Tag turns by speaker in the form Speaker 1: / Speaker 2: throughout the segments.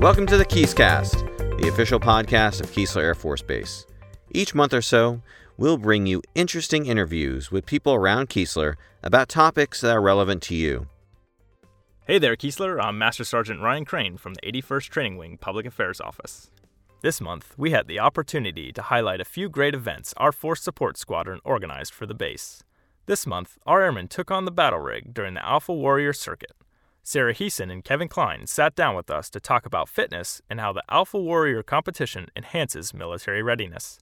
Speaker 1: Welcome to the Keyscast, the official podcast of Keesler Air Force Base. Each month or so, we'll bring you interesting interviews with people around Keesler about topics that are relevant to you.
Speaker 2: Hey there, Keesler. I'm Master Sergeant Ryan Crane from the 81st Training Wing Public Affairs Office. This month, we had the opportunity to highlight a few great events our Force Support Squadron organized for the base. This month, our airmen took on the battle rig during the Alpha Warrior Circuit. Sarah Heason and Kevin Klein sat down with us to talk about fitness and how the Alpha Warrior competition enhances military readiness.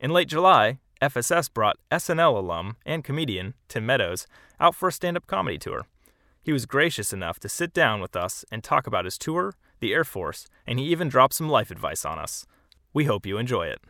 Speaker 2: In late July, FSS brought SNL alum and comedian Tim Meadows out for a stand up comedy tour. He was gracious enough to sit down with us and talk about his tour, the Air Force, and he even dropped some life advice on us. We hope you enjoy it.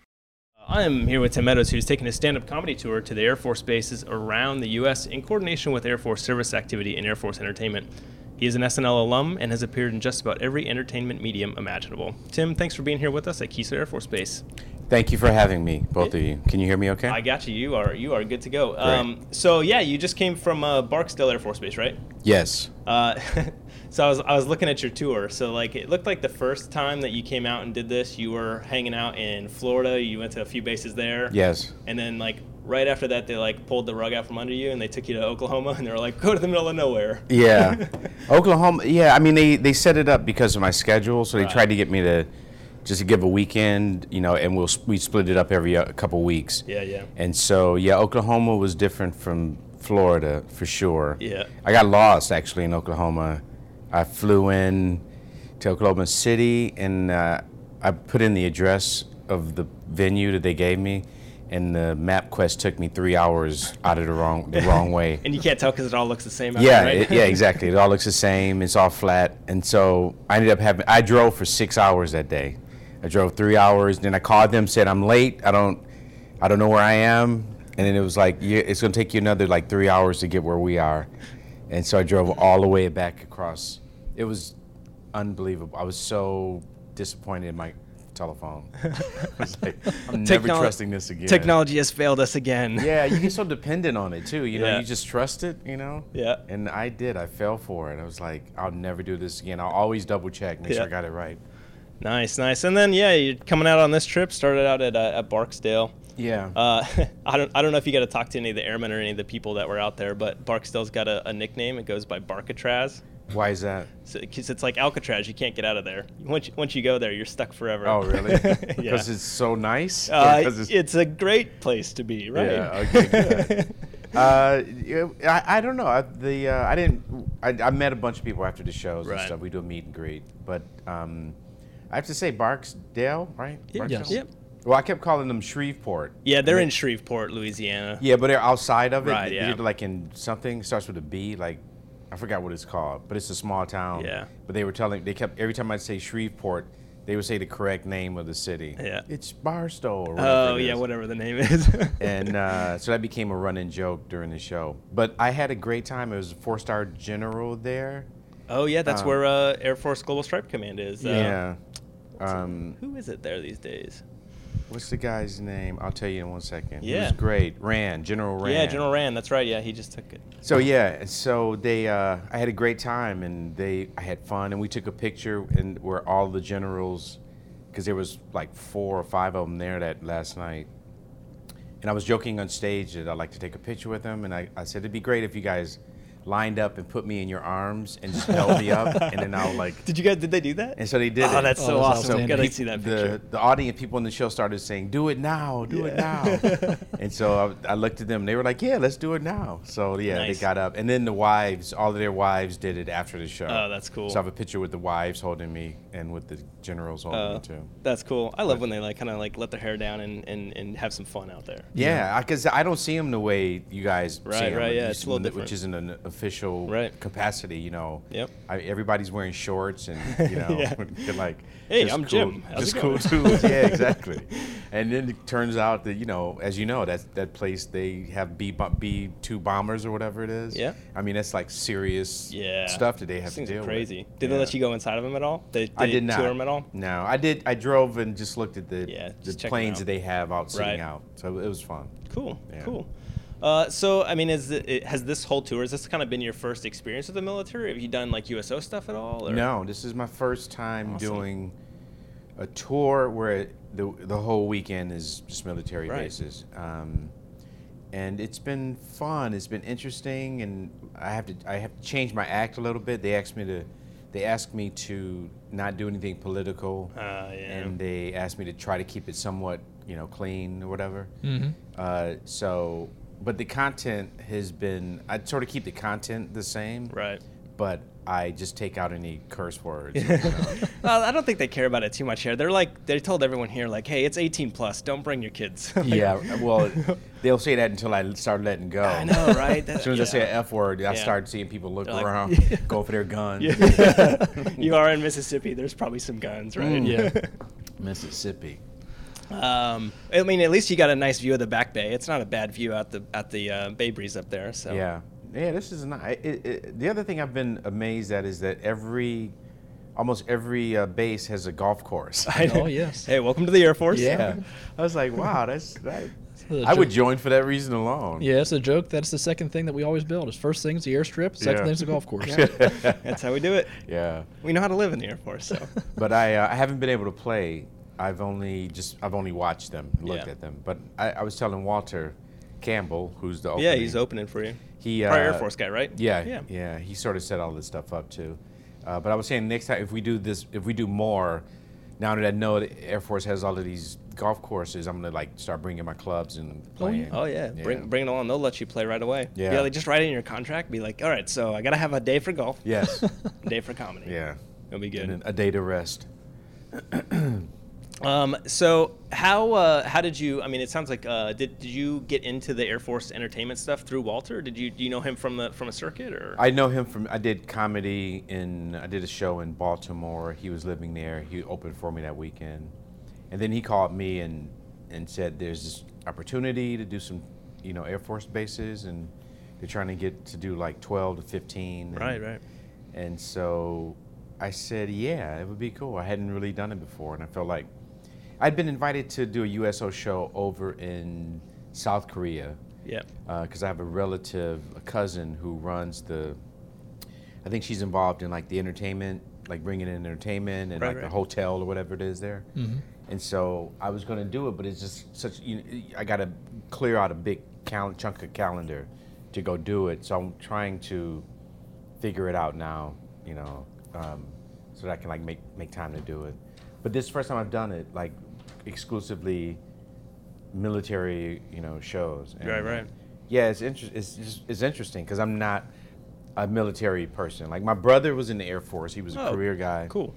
Speaker 2: Uh, I am here with Tim Meadows, who's taking a stand up comedy tour to the Air Force bases around the U.S. in coordination with Air Force service activity and Air Force entertainment. He is an SNL alum and has appeared in just about every entertainment medium imaginable. Tim, thanks for being here with us at Keesler Air Force Base.
Speaker 3: Thank you for having me, both of you. Can you hear me okay?
Speaker 2: I got you. You are you are good to go. Um, so yeah, you just came from uh, Barksdale Air Force Base, right?
Speaker 3: yes.
Speaker 2: Uh, so I was I was looking at your tour. So like it looked like the first time that you came out and did this, you were hanging out in Florida. You went to a few bases there.
Speaker 3: Yes.
Speaker 2: And then like right after that, they like pulled the rug out from under you and they took you to Oklahoma and they were like, go to the middle of nowhere.
Speaker 3: Yeah. Oklahoma, yeah, I mean, they, they set it up because of my schedule, so they tried to get me to just to give a weekend, you know, and we'll, s- we split it up every uh, couple weeks.
Speaker 2: Yeah, yeah.
Speaker 3: And so, yeah, Oklahoma was different from Florida for sure.
Speaker 2: Yeah.
Speaker 3: I got lost actually in Oklahoma. I flew in to Oklahoma City and uh, I put in the address of the venue that they gave me, and the MapQuest took me three hours out of the wrong the wrong way.
Speaker 2: And you can't tell because it all looks the same. out
Speaker 3: Yeah,
Speaker 2: there, right?
Speaker 3: it- yeah, exactly. It all looks the same. It's all flat, and so I ended up having. I drove for six hours that day. I drove three hours. Then I called them, said I'm late. I don't, I don't know where I am. And then it was like, yeah, it's gonna take you another like three hours to get where we are. And so I drove all the way back across. It was unbelievable. I was so disappointed in my telephone. I was like, I'm never
Speaker 2: Technol-
Speaker 3: trusting this again.
Speaker 2: Technology has failed us again.
Speaker 3: Yeah, you get so dependent on it too. You know,
Speaker 2: Yeah.
Speaker 3: you just trust it. You know.
Speaker 2: Yeah.
Speaker 3: And I did. I fell for it. I was like, I'll never do this again. I'll always double check, make sure
Speaker 2: Yeah.
Speaker 3: I got it right.
Speaker 2: Nice, nice. And then yeah, you're coming out on this trip. Started out at uh, at Barksdale.
Speaker 3: Yeah.
Speaker 2: Uh, I don't I don't know if you got to talk to any of the airmen or any of the people that were out there, but Barksdale's got a, a nickname. It goes by Barkatraz.
Speaker 3: Why is that?
Speaker 2: So, Cause it's like Alcatraz, you can't get out of there. Once you, once you go there, you're stuck forever.
Speaker 3: Oh, really?
Speaker 2: yeah.
Speaker 3: Because it's so nice. Or
Speaker 2: Uh,
Speaker 3: 'cause
Speaker 2: it's, a great place to be, right?
Speaker 3: Yeah, okay, good. Uh, yeah, I, I don't know. I, the uh, I didn't. I, I met a bunch of people after the shows
Speaker 2: Right.
Speaker 3: and stuff. We do a meet and greet, but um, I have to say Barksdale, right?
Speaker 2: Yeah,
Speaker 3: Barksdale?
Speaker 2: yep.
Speaker 3: Well, I kept calling them Shreveport.
Speaker 2: yeah, they're in Shreveport, Louisiana.
Speaker 3: Yeah, but they're outside of it.
Speaker 2: Right,
Speaker 3: They're
Speaker 2: yeah.
Speaker 3: either, like in something starts with a B, like I forgot what it's called, but it's a small town.
Speaker 2: Yeah.
Speaker 3: But they were telling they kept every time I'd say Shreveport, they would say the correct name of the city.
Speaker 2: Yeah.
Speaker 3: It's Barstow or whatever.
Speaker 2: Oh,
Speaker 3: it
Speaker 2: yeah,
Speaker 3: is.
Speaker 2: whatever the name is.
Speaker 3: And uh, so that became a running joke during the show. But I had a great time. It was a four star general there.
Speaker 2: oh, yeah, that's where uh, Air Force Global Stripe Command is. Uh,
Speaker 3: um, yeah. Um,
Speaker 2: Who is it there these days?
Speaker 3: what's the guy's name? I'll tell you in one second. He
Speaker 2: Yeah.
Speaker 3: was great. Rand, General Rand.
Speaker 2: Yeah, General Rand. That's right. Yeah, he just took it.
Speaker 3: So yeah, and so they, uh, I had a great time, and they, I had fun, and we took a picture, and where all the generals, because there was like four or five of them there that last night, and I was joking on stage that I'd like to take a picture with them, and I, I said it'd be great if you guys lined up and put me in your arms and just held me up, and then I'll like
Speaker 2: Did you guys? Did they do that?
Speaker 3: and so they did
Speaker 2: Oh,
Speaker 3: it.
Speaker 2: that's so Oh, that's awesome. outstanding. Gotta
Speaker 3: peop-
Speaker 2: see that picture.
Speaker 3: the, the audience, people in the show started saying, do it now, do it now. and so I, I looked at them and they were like, yeah, let's do it now. So yeah,
Speaker 2: Nice.
Speaker 3: they got up. And then the wives, all of their wives did it after the show.
Speaker 2: Oh, that's cool.
Speaker 3: So I have a picture with the wives holding me and with the generals holding
Speaker 2: Uh,
Speaker 3: me too.
Speaker 2: that's cool. I love when they like kind of like let their hair down and, and, and have some fun out there.
Speaker 3: Yeah, because I don't see them the way you guys see
Speaker 2: Right,
Speaker 3: 'em,
Speaker 2: right,
Speaker 3: you
Speaker 2: yeah,
Speaker 3: see
Speaker 2: it's a little
Speaker 3: them,
Speaker 2: different.
Speaker 3: which isn't an official
Speaker 2: Right.
Speaker 3: capacity. You know,
Speaker 2: Yep.
Speaker 3: I, everybody's wearing shorts and you know,
Speaker 2: Yeah.
Speaker 3: you're like,
Speaker 2: Hey,
Speaker 3: just
Speaker 2: I'm
Speaker 3: cool,
Speaker 2: Jim. How's
Speaker 3: just
Speaker 2: it
Speaker 3: cool
Speaker 2: going?
Speaker 3: tools. yeah, exactly. And then it turns out that you know, as you know, that that place they have B B two bombers or whatever it is.
Speaker 2: Yeah.
Speaker 3: I mean that's like serious
Speaker 2: Yeah.
Speaker 3: stuff that they have
Speaker 2: These
Speaker 3: to
Speaker 2: things
Speaker 3: deal
Speaker 2: are
Speaker 3: with.
Speaker 2: crazy. Did they let you go inside of them at all? They,
Speaker 3: I
Speaker 2: they
Speaker 3: did not
Speaker 2: tour them at all?
Speaker 3: No, I did. I drove and just looked at the
Speaker 2: Yeah, just
Speaker 3: the
Speaker 2: check 'em
Speaker 3: planes
Speaker 2: out.
Speaker 3: that they have out sitting
Speaker 2: Right.
Speaker 3: out. So it was fun.
Speaker 2: Cool,
Speaker 3: Yeah.
Speaker 2: cool. Uh, so, I mean, is it, it- has this whole tour, has this kind of been your first experience with the military? Have you done like USO stuff at all? Or?
Speaker 3: No, this is my first time doing a tour where the the whole weekend is just military
Speaker 2: Right.
Speaker 3: bases, um, and it's been fun. It's been interesting, and I have to I have to change my act a little bit. They asked me to they asked me to not do anything political,
Speaker 2: Ah, yeah.
Speaker 3: and they asked me to try to keep it somewhat you know clean or whatever.
Speaker 2: Mm-hmm.
Speaker 3: Uh, so, but the content has been I sort of keep the content the same,
Speaker 2: Right.
Speaker 3: but I just take out any curse words.
Speaker 2: Well, I don't think they care about it too much here. They're like, they told everyone here, like, hey, it's 18 plus. Don't bring your kids. Like,
Speaker 3: yeah, well, they'll say that until I start letting go.
Speaker 2: I know, right?
Speaker 3: As soon as I say an F word, I
Speaker 2: Yeah.
Speaker 3: start seeing people look
Speaker 2: like-
Speaker 3: around, go for their guns.
Speaker 2: you are in Mississippi. There's probably some guns, right?
Speaker 4: Yeah.
Speaker 3: Mississippi.
Speaker 2: Um, I mean, at least you got a nice view of the back bay. It's not a bad view out the at the uh, Bay Breeze up there. So
Speaker 3: Yeah. Yeah, this is not. It, it, the other thing I've been amazed at is that every, almost every uh, base has a golf course.
Speaker 4: Oh, yes.
Speaker 2: Hey, welcome to the Air Force.
Speaker 3: yeah. I was like, wow, that's. That,
Speaker 5: a
Speaker 3: I would
Speaker 5: joke.
Speaker 3: join for that reason alone.
Speaker 5: Yeah, it's a joke. That's the second thing that we always build. Is first thing's the airstrip, second
Speaker 3: Yeah.
Speaker 5: thing's the golf course.
Speaker 2: that's how we do it.
Speaker 3: Yeah.
Speaker 2: We know how to live in the Air Force. So
Speaker 3: but I, uh, I haven't been able to play. I've only just I've only watched them, looked
Speaker 2: Yeah.
Speaker 3: at them. But I, I was telling Walter Campbell, who's the
Speaker 2: yeah,
Speaker 3: opening-
Speaker 2: he's opening for you.
Speaker 3: He
Speaker 2: Prior Air
Speaker 3: uh,
Speaker 2: Force guy, right?
Speaker 3: Yeah,
Speaker 2: Yeah.
Speaker 3: yeah, He sort of set all this stuff up too. Uh, but I was saying next time if we do this, if we do more, now that I know the Air Force has all of these golf courses, I'm gonna like start bringing my clubs and playing.
Speaker 2: Oh yeah. Bring bring it along. They'll let you play right away.
Speaker 3: Yeah.
Speaker 2: like, just write it in your contract. Be like, all right, so I gotta have a day for golf,
Speaker 3: yes,
Speaker 2: a day for comedy.
Speaker 3: yeah,
Speaker 2: It'll be
Speaker 3: and
Speaker 2: good.
Speaker 3: then a day to rest.
Speaker 2: Um, so how uh, how did you? I mean, it sounds like uh, did did you get into the Air Force entertainment stuff through Walter? Did you do you know him from the from a circuit or?
Speaker 3: I know him from I did comedy in I did a show in Baltimore. He was living there. He opened for me that weekend, and then he called me and and said there's this opportunity to do some you know Air Force bases and they're trying to get to do like 12 to 15. and-
Speaker 2: Right, right.
Speaker 3: And so I said yeah, it would be cool. I hadn't really done it before, and I felt like I'd been invited to do a USO show over in South Korea
Speaker 2: Yeah.
Speaker 3: because uh, I have a relative, a cousin who runs the. I think she's involved in like the entertainment, like bringing in entertainment and
Speaker 2: Right,
Speaker 3: like
Speaker 2: right. Mm-hmm.
Speaker 3: the hotel or whatever it is there. And so I was going to do it, but it's just such. You I got to clear out a big cal- chunk of calendar to go do it. So I'm trying to figure it out now, you know, um, so that I can like make make time to do it. But this is the first time I've done it, like exclusively military, you know, shows. And,
Speaker 2: Right,
Speaker 3: uh,
Speaker 2: right.
Speaker 3: Yeah, it's inter- It's just, it's interesting because I'm not a military person. Like my brother was in the Air Force. He was a
Speaker 2: Oh,
Speaker 3: career guy.
Speaker 2: Cool.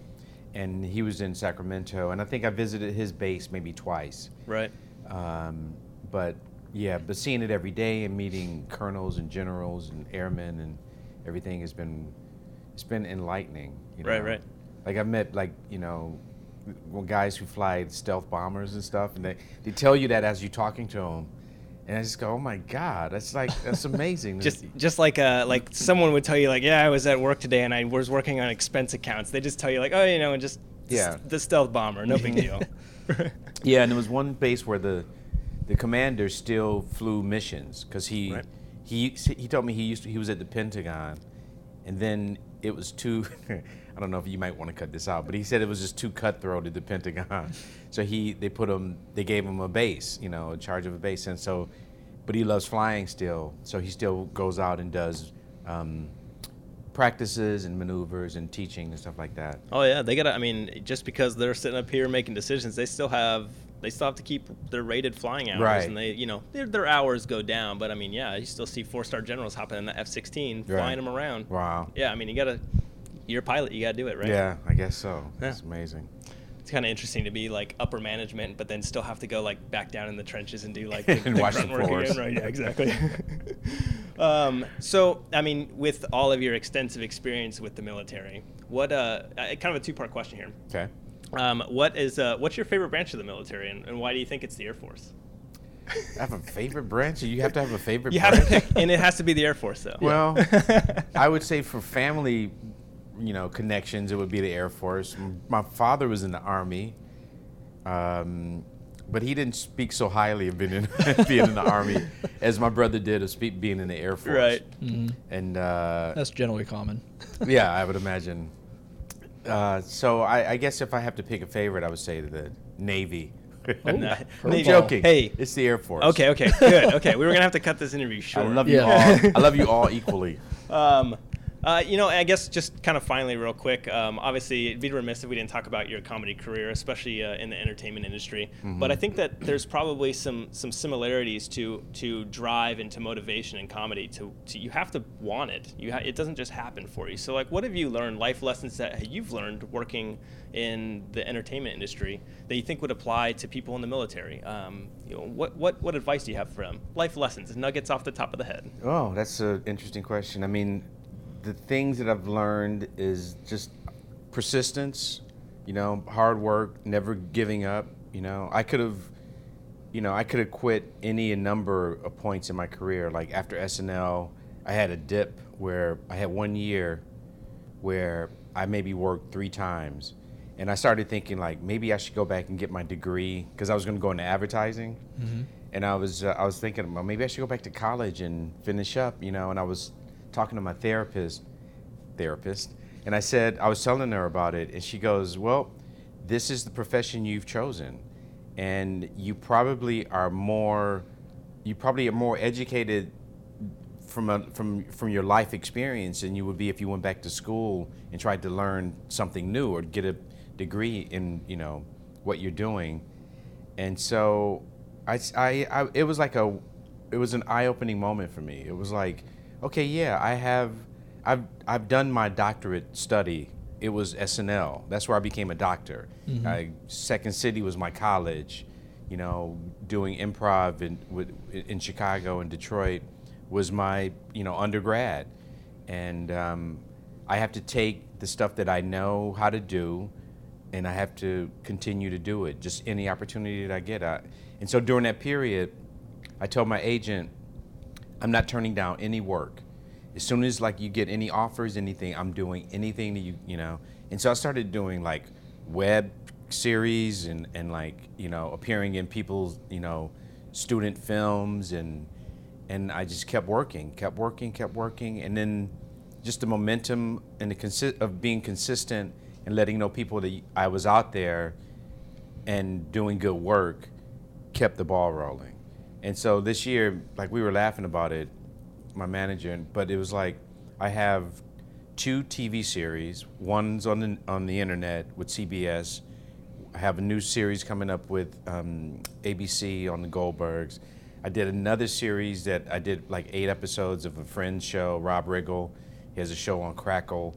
Speaker 3: And he was in Sacramento, and I think I visited his base maybe twice.
Speaker 2: Right.
Speaker 3: Um, but yeah, but seeing it every day and meeting colonels and generals and airmen and everything has been it's been enlightening. You know?
Speaker 2: Right, right.
Speaker 3: Like I've met like you know well, guys who fly stealth bombers and stuff, and they they tell you that as you're talking to them, and I just go, oh my god, that's like that's amazing.
Speaker 2: Just just like uh like someone would tell you like yeah I was at work today and I was working on expense accounts. They just tell you like oh you know and just
Speaker 3: Yeah.
Speaker 2: the stealth bomber no big deal.
Speaker 3: Yeah, and there was one base where the the commander still flew missions because he
Speaker 2: Right.
Speaker 3: he he told me he used to, he was at the Pentagon, and then it was too. I don't know if you might want to cut this out, but he said it was just too cutthroat at the Pentagon, so he they put him they gave him a base, you know, in charge of a base, and so, but he loves flying still, so he still goes out and does. Um, practices and maneuvers and teaching and stuff like that.
Speaker 2: oh yeah, they gotta. I mean, just because they're sitting up here making decisions, they still have they still have to keep their rated flying hours
Speaker 3: Right.
Speaker 2: and they you know their their hours go down. But I mean yeah, you still see four star generals hopping in the F-16
Speaker 3: Right.
Speaker 2: flying them around.
Speaker 3: Wow.
Speaker 2: Yeah, I mean you gotta. You're a pilot. You gotta do it, right?
Speaker 3: Yeah, I guess so.
Speaker 2: Yeah.
Speaker 3: It's amazing.
Speaker 2: it's kind of interesting to be like upper management, but then still have to go like back down in the trenches and do like the,
Speaker 3: And
Speaker 2: the
Speaker 3: wash
Speaker 2: grunt
Speaker 3: the
Speaker 2: work
Speaker 3: floors.
Speaker 2: again, right? Yeah, exactly. um, so, I mean, with all of your extensive experience with the military, what uh, I- kind of a two-part question here?
Speaker 3: Okay.
Speaker 2: Um, what is uh, what's your favorite branch of the military, and, and why do you think it's the Air Force?
Speaker 3: I have a favorite branch. You have to have a favorite
Speaker 2: You have
Speaker 3: branch.
Speaker 2: to pick, and it has to be the Air Force, though.
Speaker 3: Well, I would say for family, you know, connections, it would be the Air Force. M- My father was in the Army. Um, but he didn't speak so highly of being in, being in the army as my brother did of speak, being in the Air Force.
Speaker 2: Right.
Speaker 3: And uh,
Speaker 5: That's generally common.
Speaker 3: yeah, I would imagine. Uh, so I, I guess if I have to pick a favorite, I would say the Navy.
Speaker 2: Nah.
Speaker 3: I'm
Speaker 2: Navy-
Speaker 3: joking.
Speaker 2: Hey.
Speaker 3: it's the Air Force.
Speaker 2: Okay. Okay. Good. Okay. We were gonna have to cut this interview
Speaker 3: I
Speaker 2: short.
Speaker 3: love
Speaker 5: Yeah.
Speaker 3: you all. I love you all equally.
Speaker 2: Um, uh, you know, I guess just kind of finally, real quick. Um, obviously, it'd be remiss if we didn't talk about your comedy career, especially uh, in the entertainment industry. But I think that there's probably some some similarities to to drive and to motivation in comedy. To, to you have to want it. You ha- it doesn't just happen for you. So, like, what have you learned? Life lessons that you've learned working in the entertainment industry that you think would apply to people in the military? Um, you know, what what what advice do you have for them? Life lessons, nuggets off the top of the head.
Speaker 3: Oh, that's an interesting question. I mean, the things that I've learned is just persistence, you know, hard work, never giving up. You know, I could have, you know, I could have quit any number of points in my career. Like after SNL, I had a dip where I had one year where I maybe worked three times. And I started thinking like maybe I should go back and get my degree because I was going to go into advertising, and I was uh, I was thinking well maybe I should go back to college and finish up you know and I was talking to my therapist therapist and I said I was telling her about it and she goes well this is the profession you've chosen and you probably are more you probably are more educated from a, from from your life experience than you would be if you went back to school and tried to learn something new or get a degree in you know what you're doing and so I, s- I- I- it was like a it was an eye-opening moment for me it was like okay yeah i have i've i've done my doctorate study it was snl that's where i became a doctor I, second city was my college you know doing improv in, with, in chicago and detroit was my you know undergrad and um, i have to take the stuff that i know how to do and I have to continue to do it. Just any opportunity that I get. I, and so during that period, I told my agent, I'm not turning down any work. As soon as like you get any offers, anything, I'm doing anything that you you know. And so I started doing like web series and and like you know appearing in people's you know student films and and I just kept working, kept working, kept working, and then just the momentum and the consi- of being consistent and letting know people that I was out there and doing good work kept the ball rolling. And so this year, like we were laughing about it, my manager, and- but it was like I have two TV series. One's on the, on the internet with CBS. I have a new series coming up with um, ABC on the Goldbergs. I did another series that I did like eight episodes of a friend's show, Rob Riggle. He has a show on Crackle.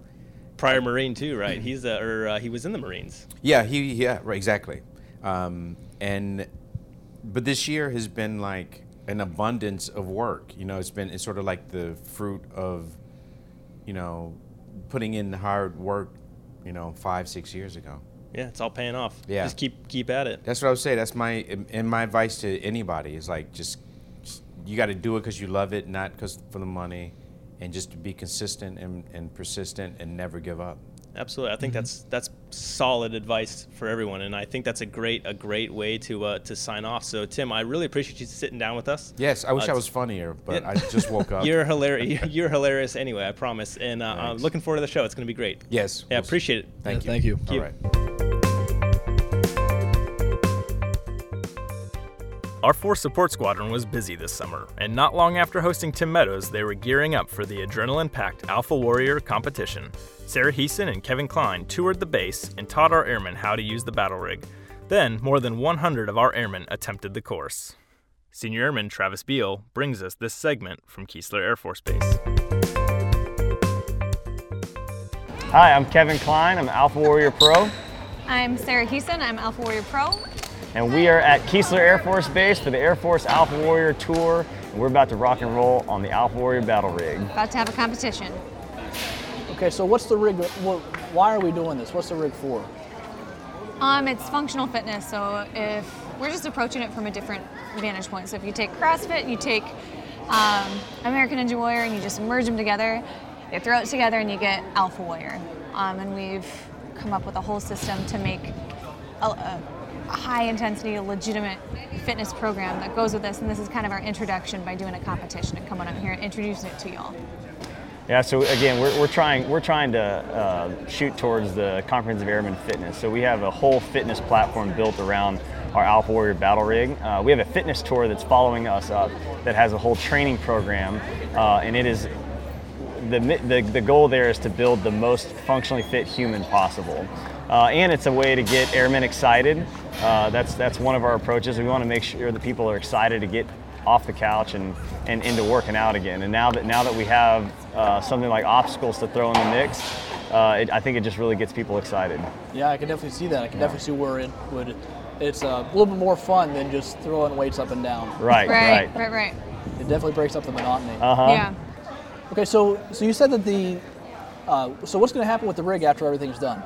Speaker 2: prior Marine too,
Speaker 3: Mm-hmm.
Speaker 2: right? He's uh, or uh, he was in the Marines.
Speaker 3: Yeah, he yeah, right, exactly. Um, and but this year has been like an abundance of work. You know, it's been it's sort of like the fruit of, you know, putting in the hard work, you know, five six years ago.
Speaker 2: Yeah, it's all paying off.
Speaker 3: Yeah.
Speaker 2: just keep keep at it.
Speaker 3: That's what I would say. That's my and my advice to anybody is like just, just you got to do it because you love it, not because for the money, and just to be consistent and, and persistent and never give up.
Speaker 2: Absolutely, I think that's
Speaker 3: Mm-hmm.
Speaker 2: that's solid advice for everyone, and I think that's a great a great way to uh, to sign off. So Tim, I really appreciate you sitting down with us.
Speaker 3: Yes, I wish
Speaker 2: Uh,
Speaker 3: I was funnier, but
Speaker 2: yeah.
Speaker 3: I just woke up.
Speaker 2: You're hilarious. You're hilarious anyway. I promise, and uh, I'm
Speaker 3: Thanks.
Speaker 2: looking forward to the show. It's going to be great.
Speaker 3: yes.
Speaker 2: Yeah,
Speaker 3: we'll see.
Speaker 2: appreciate it.
Speaker 3: Thank
Speaker 5: Yeah,
Speaker 3: you.
Speaker 5: thank you.
Speaker 3: All
Speaker 2: you.
Speaker 3: right.
Speaker 4: Our 4th Support Squadron was busy this summer, and not long after hosting Tim Meadows, they were gearing up for the adrenaline packed Alpha Warrior competition. Sarah Heason and Kevin Klein toured the base and taught our airmen how to use the battle rig. Then, more than 100 of our airmen attempted the course. Senior Airman Travis Beal brings us this segment from Keesler Air Force Base.
Speaker 6: Hi, I'm Kevin Klein. I'm Alpha Warrior Pro,
Speaker 7: I'm Sarah Houston. I'm Alpha Warrior Pro.
Speaker 6: and we are at Keesler Air Force Base for the Air Force Alpha Warrior Tour. And we're about to rock and roll on the Alpha Warrior Battle Rig.
Speaker 7: About to have a competition.
Speaker 8: Okay, so what's the rig? What, why are we doing this? What's the rig for?
Speaker 7: Um, it's functional fitness, so if we're just approaching it from a different vantage point. So if you take CrossFit, you take um, American Ninja Warrior, and you just merge them together, you throw it together, and you get Alpha Warrior. Um, and we've come up with a whole system to make a, a high intensity, legitimate fitness program that goes with this, and this is kind of our introduction by doing a competition and coming up here and introducing it to y'all.
Speaker 6: Yeah, so again, we're, we're trying we're trying to uh, shoot towards the comprehensive airman fitness. So we have a whole fitness platform built around our Alpha Warrior Battle Rig. Uh, we have a fitness tour that's following us up that has a whole training program, uh, and it is the, mi- the, the goal there is to build the most functionally fit human possible. Uh, and it's a way to get airmen excited. Uh, that's, that's one of our approaches. We want to make sure that people are excited to get off the couch and, and into working out again. And now that, now that we have uh, something like obstacles to throw in the mix, uh, it, I think it just really gets people excited.
Speaker 8: Yeah, I can definitely see that. I can definitely see where it would. It's uh, a little bit more fun than just throwing weights up and down.
Speaker 6: Right, right.
Speaker 7: right, right. right.
Speaker 8: It definitely breaks up the monotony.
Speaker 3: Uh,
Speaker 6: Uh-huh.
Speaker 7: Yeah.
Speaker 8: okay, so so you said that the uh, so what's going to happen with the rig after everything's done?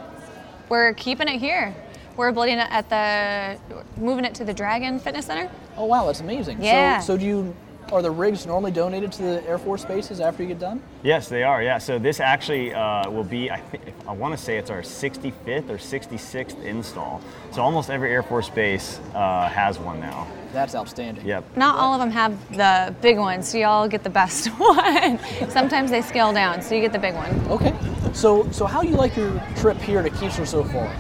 Speaker 7: We're keeping it here. We're building it at the, moving it to the Dragon Fitness Center.
Speaker 8: Oh wow, that's amazing.
Speaker 7: Yeah.
Speaker 8: So so do you are the rigs normally donated to the Air Force bases after you get done?
Speaker 6: Yes, they are. Yeah. So this actually uh, will be, I, thi- I want to say it's our 65th or 66th install. So almost every Air Force base uh, has one now.
Speaker 8: That's outstanding.
Speaker 6: Yep.
Speaker 7: Not all of them have the big one, so y'all get the best one. Sometimes they scale down, so you get the big one.
Speaker 8: Okay. So so how you like your trip here to Keesler so far?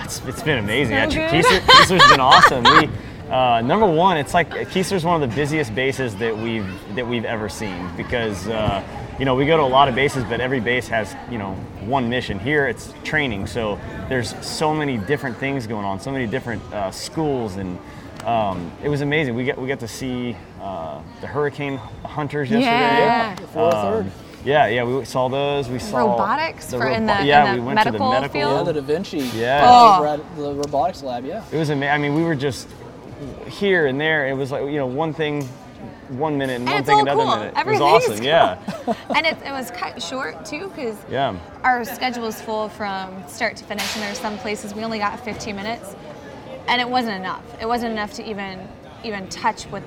Speaker 6: It's, it's been amazing.
Speaker 7: So
Speaker 6: actually,
Speaker 7: good.
Speaker 6: Keesler, Keesler's been awesome. We, uh, number one, it's like Keesler's one of the busiest bases that we've that we've ever seen because uh, you know we go to a lot of bases, but every base has you know one mission. Here, it's training, so there's so many different things going on, so many different uh, schools, and um, it was amazing. We got we got to see uh, the hurricane hunters yesterday.
Speaker 7: Yeah.
Speaker 8: The four
Speaker 6: Um,
Speaker 8: third.
Speaker 6: yeah, yeah, we saw those. We saw
Speaker 7: Robotics for in the- in
Speaker 6: yeah,
Speaker 7: the
Speaker 6: we went to
Speaker 7: medical
Speaker 6: the medical
Speaker 7: field?
Speaker 8: Yeah, the Da Vinci.
Speaker 6: Um, Yeah.
Speaker 7: Oh.
Speaker 8: Over at the robotics lab. Yeah.
Speaker 6: it was amazing. I mean, we were just here and there. It was like you know, one thing, one minute, and,
Speaker 7: And
Speaker 6: one
Speaker 7: it's
Speaker 6: thing,
Speaker 7: all
Speaker 6: another
Speaker 7: cool.
Speaker 6: minute.
Speaker 7: Everything
Speaker 6: it was awesome.
Speaker 7: is
Speaker 6: Yeah,
Speaker 7: And it, it was cut short too, because
Speaker 6: yeah,
Speaker 7: our schedule is full from start to finish, and there's some places we only got 15 minutes, and it wasn't enough. It wasn't enough to even even touch what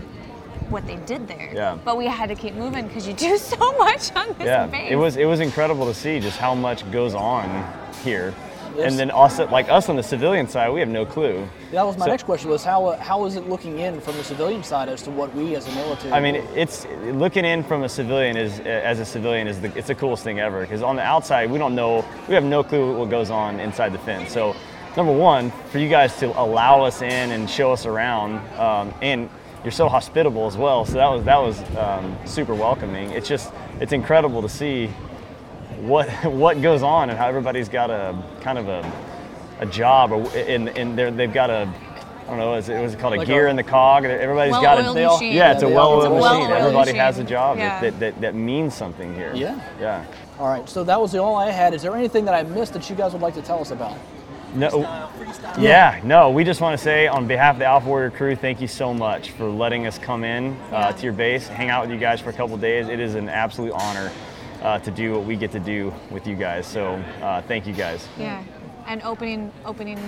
Speaker 7: what they did there.
Speaker 6: Yeah.
Speaker 7: But we had to keep moving because you do so much on this
Speaker 6: yeah.
Speaker 7: base.
Speaker 6: It was it was incredible to see just how much goes on here,
Speaker 8: Yes.
Speaker 6: and then also like us on the civilian side, we have no clue.
Speaker 8: That was my
Speaker 6: So-
Speaker 8: next question. Was how uh, how is it looking in from the civilian side as to what we as a military?
Speaker 6: I mean,
Speaker 8: do?
Speaker 6: it's looking in from a civilian is as a civilian is the, it's the coolest thing ever because on the outside we don't know we have no clue what goes on inside the fence. So, number one, for you guys to allow us in and show us around, um, and you're so hospitable as well. So that was that was um, super welcoming. It's just it's incredible to see what what goes on and how everybody's got a kind of a a job or in in there they've got a I don't know is it was it called a
Speaker 8: Like
Speaker 6: gear
Speaker 8: a-
Speaker 6: in the cog. Everybody's got a
Speaker 7: Well-oiled
Speaker 8: they all-
Speaker 7: machine.
Speaker 6: yeah, it's a
Speaker 8: they
Speaker 6: well
Speaker 8: all-
Speaker 6: oiled
Speaker 8: It's a
Speaker 6: machine.
Speaker 8: well-oiled
Speaker 6: Everybody
Speaker 7: machine.
Speaker 6: has a job
Speaker 7: Yeah.
Speaker 6: that, that, that, that means something here.
Speaker 8: Yeah.
Speaker 6: Yeah.
Speaker 8: all right. So that was all I had. Is there anything that I missed that you guys would like to tell us about?
Speaker 6: No. Yeah, no, we just want to say on behalf of the Alpha Warrior crew, thank you so much for letting us come in uh, to your base, hang out with you guys for a couple days. It is an absolute honor uh, to do what we get to do with you guys. So uh, thank you guys.
Speaker 7: Yeah, and opening opening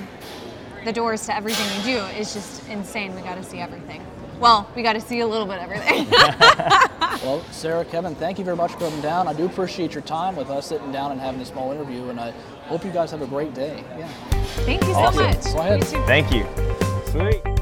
Speaker 7: the doors to everything we do is just insane. We got to see everything. Well, we got to see a little bit of everything.
Speaker 8: Well, Sarah, Kevin, thank you very much for coming down. I do appreciate your time with us sitting down and having a small interview, and I hope you guys have a great day. Yeah.
Speaker 7: Thank you so
Speaker 6: Awesome.
Speaker 7: much.
Speaker 8: Go ahead.
Speaker 7: You too.
Speaker 6: Thank you. Sweet.